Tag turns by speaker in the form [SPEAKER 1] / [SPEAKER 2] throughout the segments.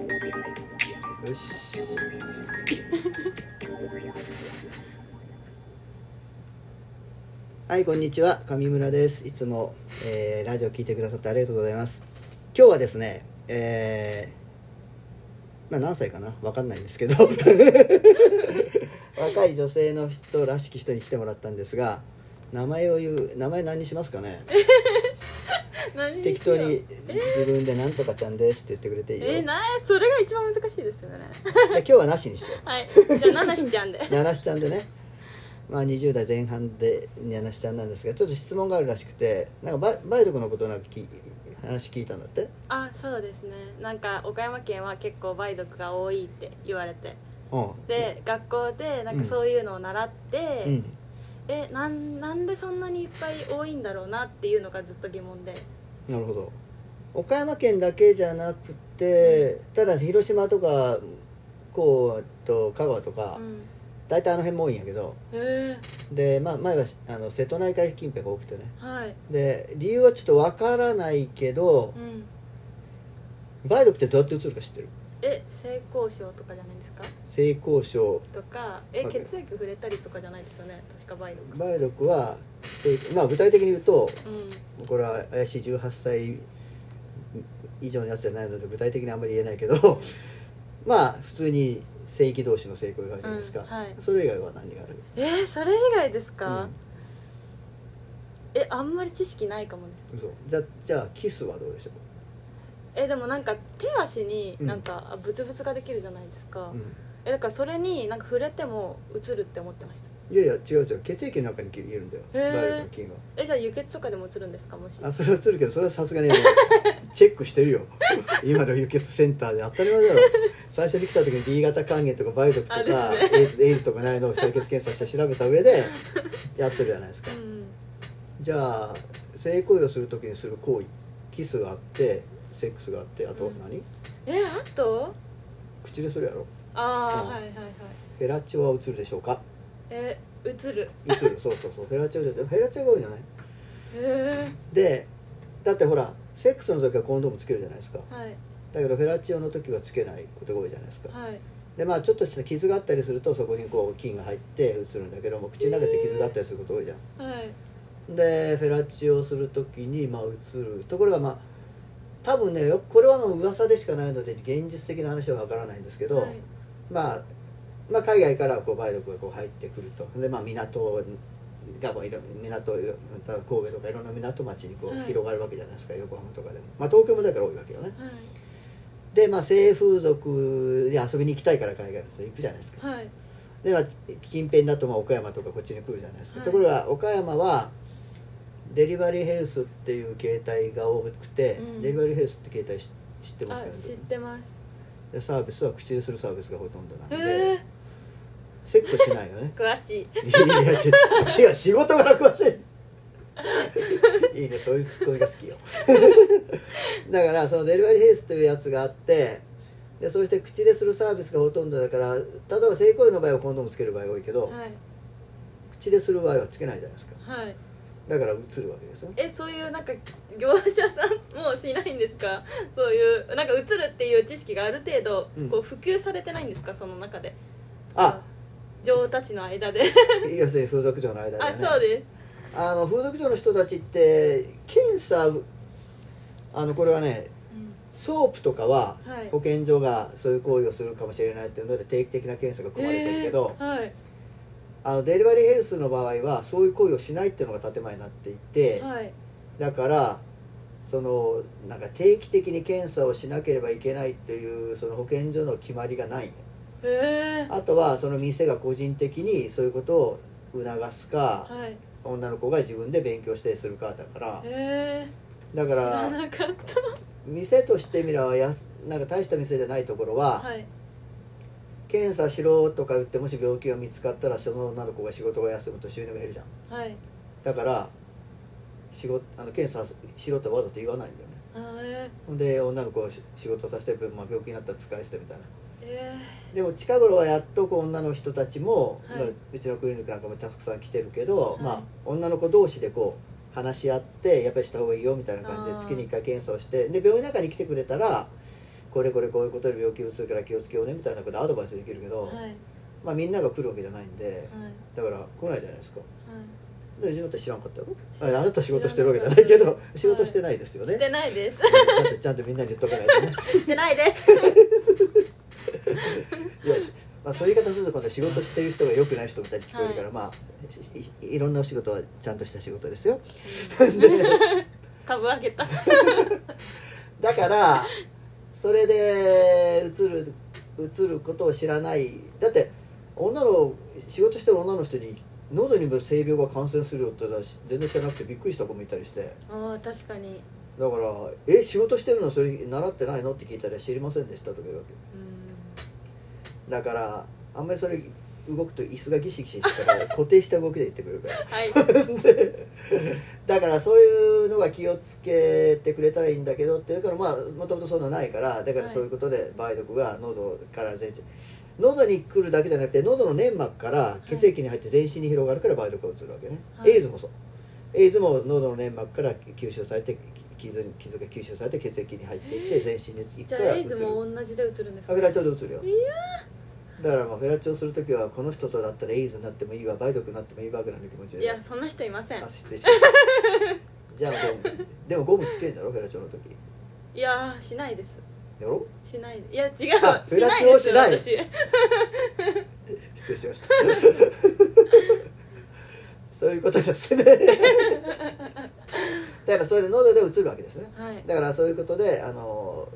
[SPEAKER 1] よしはいこんにちは上村ですいつも、えーラジオ聞いてくださってありがとうございます今日はですねえーまあ何歳かなわかんないんです けど若い女性の人らしき人に来てもらったんですが名前を言う名前何にしますかね
[SPEAKER 2] 何
[SPEAKER 1] 適当に自分で「なんとかちゃんです」って言ってくれていいよ、
[SPEAKER 2] えなそれが一番難しいです よね
[SPEAKER 1] じゃあ今日はなしにしよ
[SPEAKER 2] はいじゃあナナシちゃんで
[SPEAKER 1] う七七ちゃんでねまあ20代前半で七七ちゃんなんですがちょっと質問があるらしくてなんかバイバイドクのことなんかき話聞いたんだって
[SPEAKER 2] あそうですねなんか岡山県は結構梅毒が多いって言われて
[SPEAKER 1] うん
[SPEAKER 2] で学校でなん
[SPEAKER 1] うん
[SPEAKER 2] かそういうのを習って、
[SPEAKER 1] うん
[SPEAKER 2] えなんなんでそんなにいっぱい多いんだろうなっていうのがずっと疑問で
[SPEAKER 1] なるほど岡山県だけじゃなくて、ただ広島とかこうえっと香川とか、
[SPEAKER 2] うん
[SPEAKER 1] 大体あの辺も多いんやけど
[SPEAKER 2] え
[SPEAKER 1] で、まあ、前はあの瀬戸内海近辺が多くてね
[SPEAKER 2] ー、はい
[SPEAKER 1] で理由はちょっとわからないけど
[SPEAKER 2] うん
[SPEAKER 1] 梅毒ってどうやってうつるか知ってる
[SPEAKER 2] え性交渉とかじゃないですか
[SPEAKER 1] 性交渉
[SPEAKER 2] とかえ
[SPEAKER 1] はい
[SPEAKER 2] 血液触れたりとかじゃないですよね確か梅毒
[SPEAKER 1] 梅毒は性まあ具体的に言うと
[SPEAKER 2] うん
[SPEAKER 1] これは怪しい18歳以上のやつじゃないので具体的にあんまり言えないけど まあ普通に性域同士の性交があるじゃないですか、
[SPEAKER 2] うんはい
[SPEAKER 1] それ以外は何がある
[SPEAKER 2] えー、それ以外ですか、
[SPEAKER 1] うん
[SPEAKER 2] えあんまり知識ないかもです
[SPEAKER 1] 嘘じゃじゃあキスはどうでしょ
[SPEAKER 2] えでもなんか手足に
[SPEAKER 1] うん
[SPEAKER 2] なんかあブツブツができるじゃないですか、
[SPEAKER 1] う、うん
[SPEAKER 2] えだからそれになんか触れても映るって思ってました
[SPEAKER 1] いやいや違う違う血液の中にいるんだよ
[SPEAKER 2] へ
[SPEAKER 1] 梅
[SPEAKER 2] ー
[SPEAKER 1] 毒の菌は
[SPEAKER 2] えじゃあ輸血とかでも映るんですかもし
[SPEAKER 1] あそれは映るけどそれはさすがに もうチェックしてるよ今の輸血センターで当たり前だろ最初に来た時に B 型肝炎とか梅毒とか、
[SPEAKER 2] あですね
[SPEAKER 1] エイズエイズとかないのを採血検査して調べた上でやってるじゃないですか
[SPEAKER 2] う、ん
[SPEAKER 1] じゃあ性行為をする時にする行為キスがあってセックスがあってあと
[SPEAKER 2] うん
[SPEAKER 1] 何、
[SPEAKER 2] えあと
[SPEAKER 1] 口でするやろ
[SPEAKER 2] ああ
[SPEAKER 1] うん
[SPEAKER 2] はいはいはい
[SPEAKER 1] フェラチオは映るでしょうか
[SPEAKER 2] え映る
[SPEAKER 1] 映 るそうそうそうフェラチオじゃフェラチオが多いんじゃない
[SPEAKER 2] え
[SPEAKER 1] でだってほらセックスの時はコンドームつけるじゃないですか
[SPEAKER 2] ー、はい
[SPEAKER 1] だけどフェラチオの時はつけないことが多いじゃないですか
[SPEAKER 2] はい
[SPEAKER 1] でまあちょっとした傷があったりするとそこにこう菌が入って移るんだけども口の中で傷があったりすること多いじゃん、
[SPEAKER 2] はい
[SPEAKER 1] でフェラチオをする時にまあ移るところがまあ多分ねよこれはもう噂でしかないので現実的な話はわからないんですけど、
[SPEAKER 2] はい
[SPEAKER 1] まあ、まあ海外からこう梅毒がこう入ってくるとでまあ港がもういろ港また神戸とかいろんな港町にこ
[SPEAKER 2] は
[SPEAKER 1] う
[SPEAKER 2] い
[SPEAKER 1] 広がるわけじゃないですか、横浜とかでもまあ東京もだから多いわけよね
[SPEAKER 2] はい
[SPEAKER 1] でまあ性風俗で遊びに行きたいから海外の人行くじゃないですか
[SPEAKER 2] はい
[SPEAKER 1] で、まあ、近辺だとまあ岡山とかこっちに来るじゃないですか、
[SPEAKER 2] はい
[SPEAKER 1] ところが岡山はデリバリーヘルスっていう形態が多くて、
[SPEAKER 2] うん
[SPEAKER 1] デリバリーヘルスって形態し知ってます
[SPEAKER 2] あ
[SPEAKER 1] かね
[SPEAKER 2] 知ってます
[SPEAKER 1] でサービスは口でするサービスがほとんどなん
[SPEAKER 2] え
[SPEAKER 1] で、
[SPEAKER 2] ー、
[SPEAKER 1] セックスしないよね
[SPEAKER 2] 詳しい
[SPEAKER 1] いや違う違う仕事が詳し いいいねそういうツッコミが好きよ だからそのデリバリーヘルスというやつがあってでそして口でするサービスがほとんどだから例えば性行為の場合はコンドームつける場合が多いけど、
[SPEAKER 2] はい
[SPEAKER 1] 口でする場合はつけないじゃないですか
[SPEAKER 2] はい
[SPEAKER 1] だから映るわけですよ
[SPEAKER 2] えそういうなんか業者さんもしないんですか そういうなんか映るっていう知識がある程度、
[SPEAKER 1] うん
[SPEAKER 2] こう普及されてないんですかその中で
[SPEAKER 1] あ
[SPEAKER 2] 女王たちの間で
[SPEAKER 1] 要するに風俗嬢の間で、ね、
[SPEAKER 2] あそうです
[SPEAKER 1] あの風俗嬢の人たちって検査あのこれはねソープとかは
[SPEAKER 2] はい
[SPEAKER 1] 保健所がそういう行為をするかもしれないっていうので定期的な検査が組まれてるけど、
[SPEAKER 2] えーはい
[SPEAKER 1] あのデリバリーヘルスの場合はそういう行為をしないっていうのが建前になっていて、
[SPEAKER 2] はい
[SPEAKER 1] だからそのなんか定期的に検査をしなければいけないっていうその保健所の決まりがないんよ
[SPEAKER 2] えー
[SPEAKER 1] あとはその店が個人的にそういうことを促すか、
[SPEAKER 2] はい
[SPEAKER 1] 女の子が自分で勉強してするかだから
[SPEAKER 2] え
[SPEAKER 1] だ
[SPEAKER 2] ー、
[SPEAKER 1] か
[SPEAKER 2] 知ら
[SPEAKER 1] ら
[SPEAKER 2] なかっ
[SPEAKER 1] 店としてみればやすなんか大した店じゃないところ
[SPEAKER 2] た
[SPEAKER 1] は、
[SPEAKER 2] はい
[SPEAKER 1] 検査しろとか言ってもし病気が見つかったらその女の子が仕事が休むと収入が減るじゃん
[SPEAKER 2] はい
[SPEAKER 1] だから仕事あの検査しろってわざと言わないんだよね
[SPEAKER 2] あーえ
[SPEAKER 1] ほんで女の子をし仕事させて、まあ、病気になったら使い捨てみたいな
[SPEAKER 2] ーえ
[SPEAKER 1] でも近頃はやっとこう女の人たちも、
[SPEAKER 2] はい
[SPEAKER 1] まあうちのクリニックなんかもたくさん来てるけど、
[SPEAKER 2] い
[SPEAKER 1] まあ、女の子同士でこう話し合ってやっぱりした方がいいよみたいな感じで
[SPEAKER 2] あー
[SPEAKER 1] 月に1回検査をしてで病院の中に来てくれたらこれこれこういうことで病気うつるから気をつけようねみたいなことアドバイスできるけど、
[SPEAKER 2] はいはい
[SPEAKER 1] まあ、みんなが来るわけじゃないんでだから来ないじゃないですかでうちのって知らんかったよああなた仕事してるわけじゃないけ
[SPEAKER 2] 知らな
[SPEAKER 1] ど
[SPEAKER 2] かった
[SPEAKER 1] 仕事してないですよ
[SPEAKER 2] はいし
[SPEAKER 1] ね、
[SPEAKER 2] てな いです
[SPEAKER 1] ちゃんとちゃんとみんなに言っとかないとね
[SPEAKER 2] してないです
[SPEAKER 1] いや、まあ、そういう言い方すると今度仕事してる人が良くない人みたいに聞こえるから、
[SPEAKER 2] はい
[SPEAKER 1] まあいいいろんなお仕事はちゃんとした仕事ですよ
[SPEAKER 2] 株上げた
[SPEAKER 1] だからそれでうつるうつることを知らないだって女の仕事してる女の人に喉にも性病が感染するよってのは全然知らなくてびっくりした子もいたりして
[SPEAKER 2] ああ確かに
[SPEAKER 1] だから「え仕事してるのそれ習ってないの?」って聞いたら「知りませんでした」とか言うわけ
[SPEAKER 2] うん
[SPEAKER 1] だからあんまりそれ動くと椅子がギシギシしてた から固定した動きで言ってくれるから
[SPEAKER 2] はい
[SPEAKER 1] で だからそういうのは気をつけてくれたらいいんだけどってだからまあもともとそういうのないからだから
[SPEAKER 2] はい
[SPEAKER 1] そういうことで梅毒が喉から全身喉に来るだけじゃなくて喉の粘膜から血液に入って全身に広がるから梅毒がうつるわけね、
[SPEAKER 2] はい
[SPEAKER 1] エイズもそうエイズも喉の粘膜から吸収されて傷に傷が吸収されて血液に入っていって全身に行
[SPEAKER 2] じ
[SPEAKER 1] く
[SPEAKER 2] ゃ
[SPEAKER 1] か
[SPEAKER 2] あ
[SPEAKER 1] ら
[SPEAKER 2] エ
[SPEAKER 1] う
[SPEAKER 2] イズ
[SPEAKER 1] つる
[SPEAKER 2] も同じで映るんです
[SPEAKER 1] フ
[SPEAKER 2] か
[SPEAKER 1] ェラチオでうつるよ
[SPEAKER 2] い
[SPEAKER 1] だからまあフェラチオするときはこの人とだったらエイズになってもいいわ梅毒になってもいいわぐらいの気持ちで
[SPEAKER 2] いやそんな人いません
[SPEAKER 1] あ失礼しました じゃあゴムでもゴムつけんだろフェラチオの時
[SPEAKER 2] いやーしないです
[SPEAKER 1] や ろ
[SPEAKER 2] しないいや違う
[SPEAKER 1] あフェ
[SPEAKER 2] し
[SPEAKER 1] ラ
[SPEAKER 2] ない
[SPEAKER 1] チオ
[SPEAKER 2] で
[SPEAKER 1] を
[SPEAKER 2] す
[SPEAKER 1] しない
[SPEAKER 2] 私
[SPEAKER 1] 失礼しました そういうことです ねだからそれで喉でうつるわけですね
[SPEAKER 2] はい
[SPEAKER 1] だからそういうことであの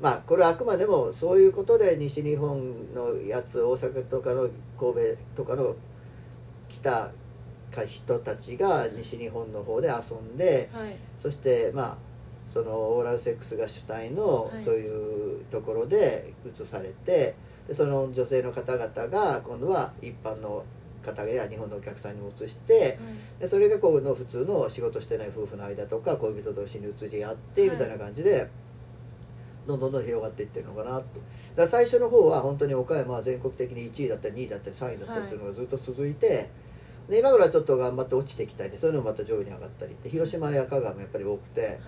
[SPEAKER 1] まあこれはあくまでもそういうことで西日本のやつ大阪とかの神戸とかの来た人たちが西日本の方で遊んで
[SPEAKER 2] はい
[SPEAKER 1] そしてまあそのオーラルセックスが主体の
[SPEAKER 2] はい
[SPEAKER 1] そういうところで移されて、でその女性の方々が今度は一般の方や日本のお客さんにも移してでそれがこうの普通の仕事してない夫婦の間とか恋人同士に移り合って
[SPEAKER 2] はい
[SPEAKER 1] みたいな感じで、どんどんどんどん広がっていってるのかなとだから最初の方は本当に岡山は全国的に1位だったり2位だったり3位だったりするのがずっと続いて、で今頃はちょっと頑張って落ちてきたりそういうのもまた上位に上がったりって広島や香川もやっぱり多くて
[SPEAKER 2] はい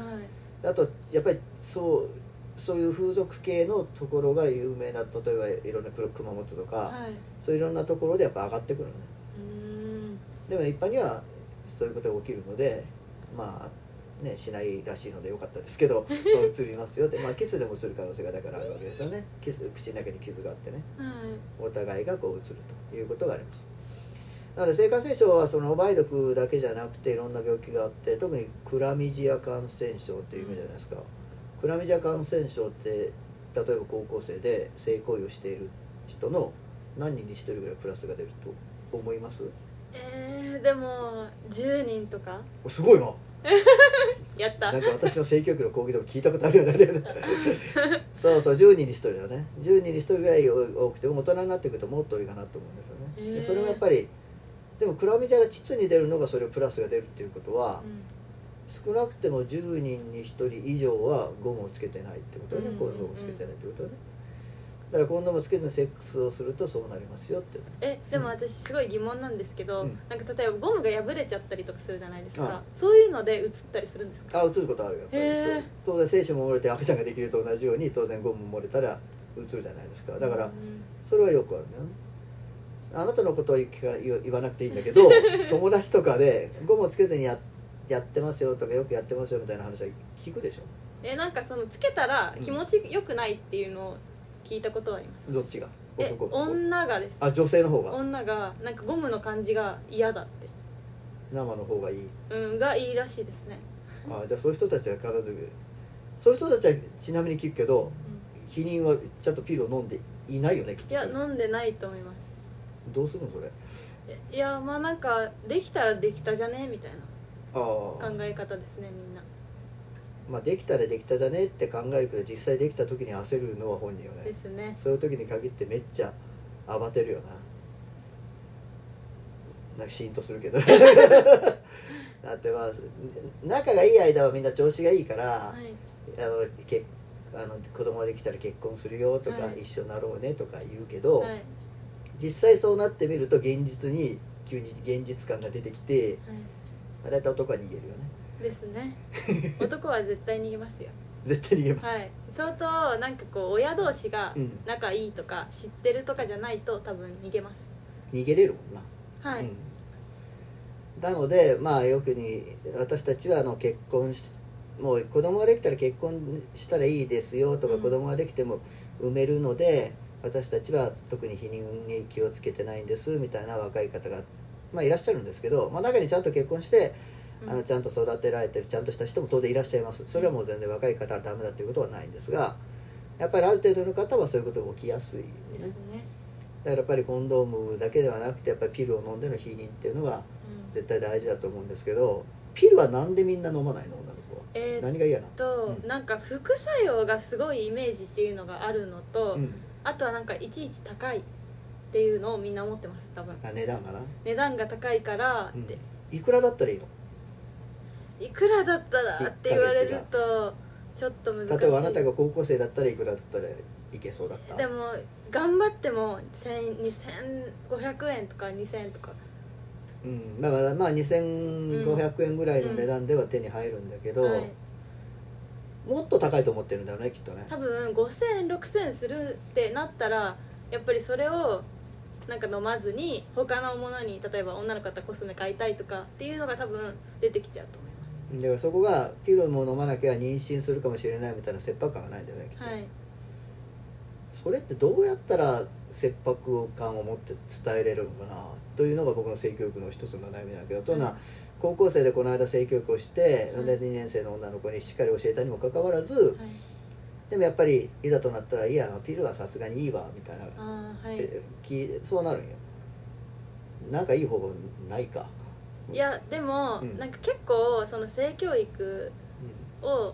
[SPEAKER 1] あとやっぱりそうそういう風俗系のところが有名な例えばいろんなプロ熊本とか、
[SPEAKER 2] はい
[SPEAKER 1] そういういろんなところでやっぱ上がってくるのね。
[SPEAKER 2] うーん
[SPEAKER 1] でも一般にはそういうことが起きるのでまあねしないらしいのでよかったですけどまあ移りますよって、まあ、キスでも移る可能性がだからあるわけですよねキス口の中に傷があってね
[SPEAKER 2] はい
[SPEAKER 1] お互いがこう移るということがありますなので性感染症はその梅毒だけじゃなくていろんな病気があって特にクラミジア感染症っていう意味じゃないですかクラミジア感染症って例えば高校生で性行為をしている人の何人に1人ぐらいプラスが出ると思います
[SPEAKER 2] えー、でも10人とか
[SPEAKER 1] おすごいな
[SPEAKER 2] やった
[SPEAKER 1] なんか私の性教育の講義でも聞いたことあるよねあれよ ねそうそう10人に1人だね10人に1人ぐらい多くても大人になってくるともっと多いかなと思うんですよね、
[SPEAKER 2] へえ
[SPEAKER 1] でそれもやっぱりでもクラミジアが膣に出るのがそれをプラスが出るっていうことは、
[SPEAKER 2] うん
[SPEAKER 1] 少なくても10人に1人以上はゴムをつけてないってことだね、
[SPEAKER 2] うん
[SPEAKER 1] コンドームをつけてないってことだねだからコンドームをつけずにセックスをするとそうなりますよって
[SPEAKER 2] えでも私すごい疑問なんですけど、
[SPEAKER 1] うん
[SPEAKER 2] なんか例えばゴムが破れちゃったりとかするじゃないですか、
[SPEAKER 1] は
[SPEAKER 2] そういうので映ったりするんですか
[SPEAKER 1] あ映ることあるよやっぱり、
[SPEAKER 2] へえ
[SPEAKER 1] 当然精子も漏れて赤ちゃんができると同じように当然ゴムも漏れたら映るじゃないですかだから、
[SPEAKER 2] うん
[SPEAKER 1] それはよくあるんだよねあなたのことは言わ言わなくていいんだけ ど友達とかでゴムをつけずにややってますよとかよくやってますよみたいな話は聞くでしょ
[SPEAKER 2] えなんかそのつけたら気持ちよくないっていうのを聞いたことはあります、
[SPEAKER 1] どっちが
[SPEAKER 2] え
[SPEAKER 1] 男が
[SPEAKER 2] 女がです
[SPEAKER 1] あ女性の方が
[SPEAKER 2] 女がなんかゴムの感じが嫌だっ
[SPEAKER 1] 生の方がいい
[SPEAKER 2] てうんがいいらしいですね、
[SPEAKER 1] あじゃあそういう人たちは必ずそういう人たちはちなみに聞くけど
[SPEAKER 2] うん
[SPEAKER 1] 避妊はちゃんとピルを飲んでいないよねきっ
[SPEAKER 2] い
[SPEAKER 1] と
[SPEAKER 2] や飲んでないと思います
[SPEAKER 1] どうするのそれ
[SPEAKER 2] えいやまあなんかできたらできたじゃねみたいな
[SPEAKER 1] ああ
[SPEAKER 2] 考え方ですねみんな
[SPEAKER 1] まあできたらできたじゃねって考えるけど実際できた時に焦るのは本人よね
[SPEAKER 2] ですね
[SPEAKER 1] そういう時に限ってめっちゃ慌てるよななんかシーンとするけ どだってまあ仲がいい間はみんな調子がいいから、
[SPEAKER 2] はい
[SPEAKER 1] あのけあの子供ができたら結婚するよとか、
[SPEAKER 2] はい
[SPEAKER 1] 一緒になろうねとか言うけど、
[SPEAKER 2] はいはい
[SPEAKER 1] 実際そうなってみると現実に急に現実感が出てきてまあ大体男は逃げるよね
[SPEAKER 2] ですね男は絶対逃げますよ
[SPEAKER 1] 絶対逃げます、
[SPEAKER 2] はい相当なんかこう親同士が
[SPEAKER 1] うん
[SPEAKER 2] 仲いいとか知ってるとかじゃないと多分逃げます
[SPEAKER 1] 逃げれるもんな、
[SPEAKER 2] はい、
[SPEAKER 1] うん、なのでまあよくに私たちはあの結婚しもう子供ができたら結婚したらいいですよとか、
[SPEAKER 2] うん
[SPEAKER 1] 子供ができても産めるので私たちは特に避妊に気をつけてないんですみたいな若い方が、まあ、いらっしゃるんですけど、まあ、中にちゃんと結婚して
[SPEAKER 2] うん
[SPEAKER 1] あのちゃんと育てられてるちゃんとした人も当然いらっしゃいますそれはもう全然若い方はダメだということはないんですがやっぱりある程度の方はそういうことが起きやすいよ
[SPEAKER 2] です
[SPEAKER 1] ね
[SPEAKER 2] ね、
[SPEAKER 1] だからやっぱりコンドームだけではなくてやっぱりピルを飲んでの避妊っていうのは
[SPEAKER 2] うん
[SPEAKER 1] 絶対大事だと思うんですけどピルはなんでみんな飲まないの女の子は
[SPEAKER 2] えーっ
[SPEAKER 1] 何が嫌なの
[SPEAKER 2] と、
[SPEAKER 1] うん
[SPEAKER 2] なんか副作用がすごいイメージっていうのがあるのと、
[SPEAKER 1] うん
[SPEAKER 2] あとはなんかいちいち高いっていうのをみんな思ってます多分
[SPEAKER 1] あ値段がな、
[SPEAKER 2] 値段が高いから
[SPEAKER 1] う
[SPEAKER 2] っ
[SPEAKER 1] ん
[SPEAKER 2] て、
[SPEAKER 1] いくらだったらいいの
[SPEAKER 2] いくらだったらって言われるとちょっと難しい
[SPEAKER 1] 例えばあなたが高校生だったらいくらだったらいけそうだった
[SPEAKER 2] でも頑張っても1000 2500円とか2000円とか
[SPEAKER 1] うん、だからまあ2500円ぐらいの値段では手に入るんだけど、
[SPEAKER 2] はい、
[SPEAKER 1] もっと高いと思ってるんだろうねきっとね
[SPEAKER 2] 多分50006000するってなったらやっぱりそれをなんか飲まずに他のものに例えば女の子だったらコスメ買いたいとかっていうのが多分出てきちゃうと思いま
[SPEAKER 1] だからそこがピルも飲まなきゃ妊娠するかもしれないみたいな切迫感がないんだよねきっと、
[SPEAKER 2] すはい
[SPEAKER 1] それってどうやったら切迫感を持って伝えれるのかなというのが僕の性教育の一つの悩みなんだけど、というのは高校生でこの間性教育をして、
[SPEAKER 2] うん
[SPEAKER 1] で2年生の女の子にしっかり教えたにもかかわらず
[SPEAKER 2] はい
[SPEAKER 1] でもやっぱりいざとなったら「いやピルはさすがにいいわ」みたいな
[SPEAKER 2] あーはい
[SPEAKER 1] せきそうなるんよなんかいい方法ないか
[SPEAKER 2] いやでも、
[SPEAKER 1] うん
[SPEAKER 2] なんか結構その性教育を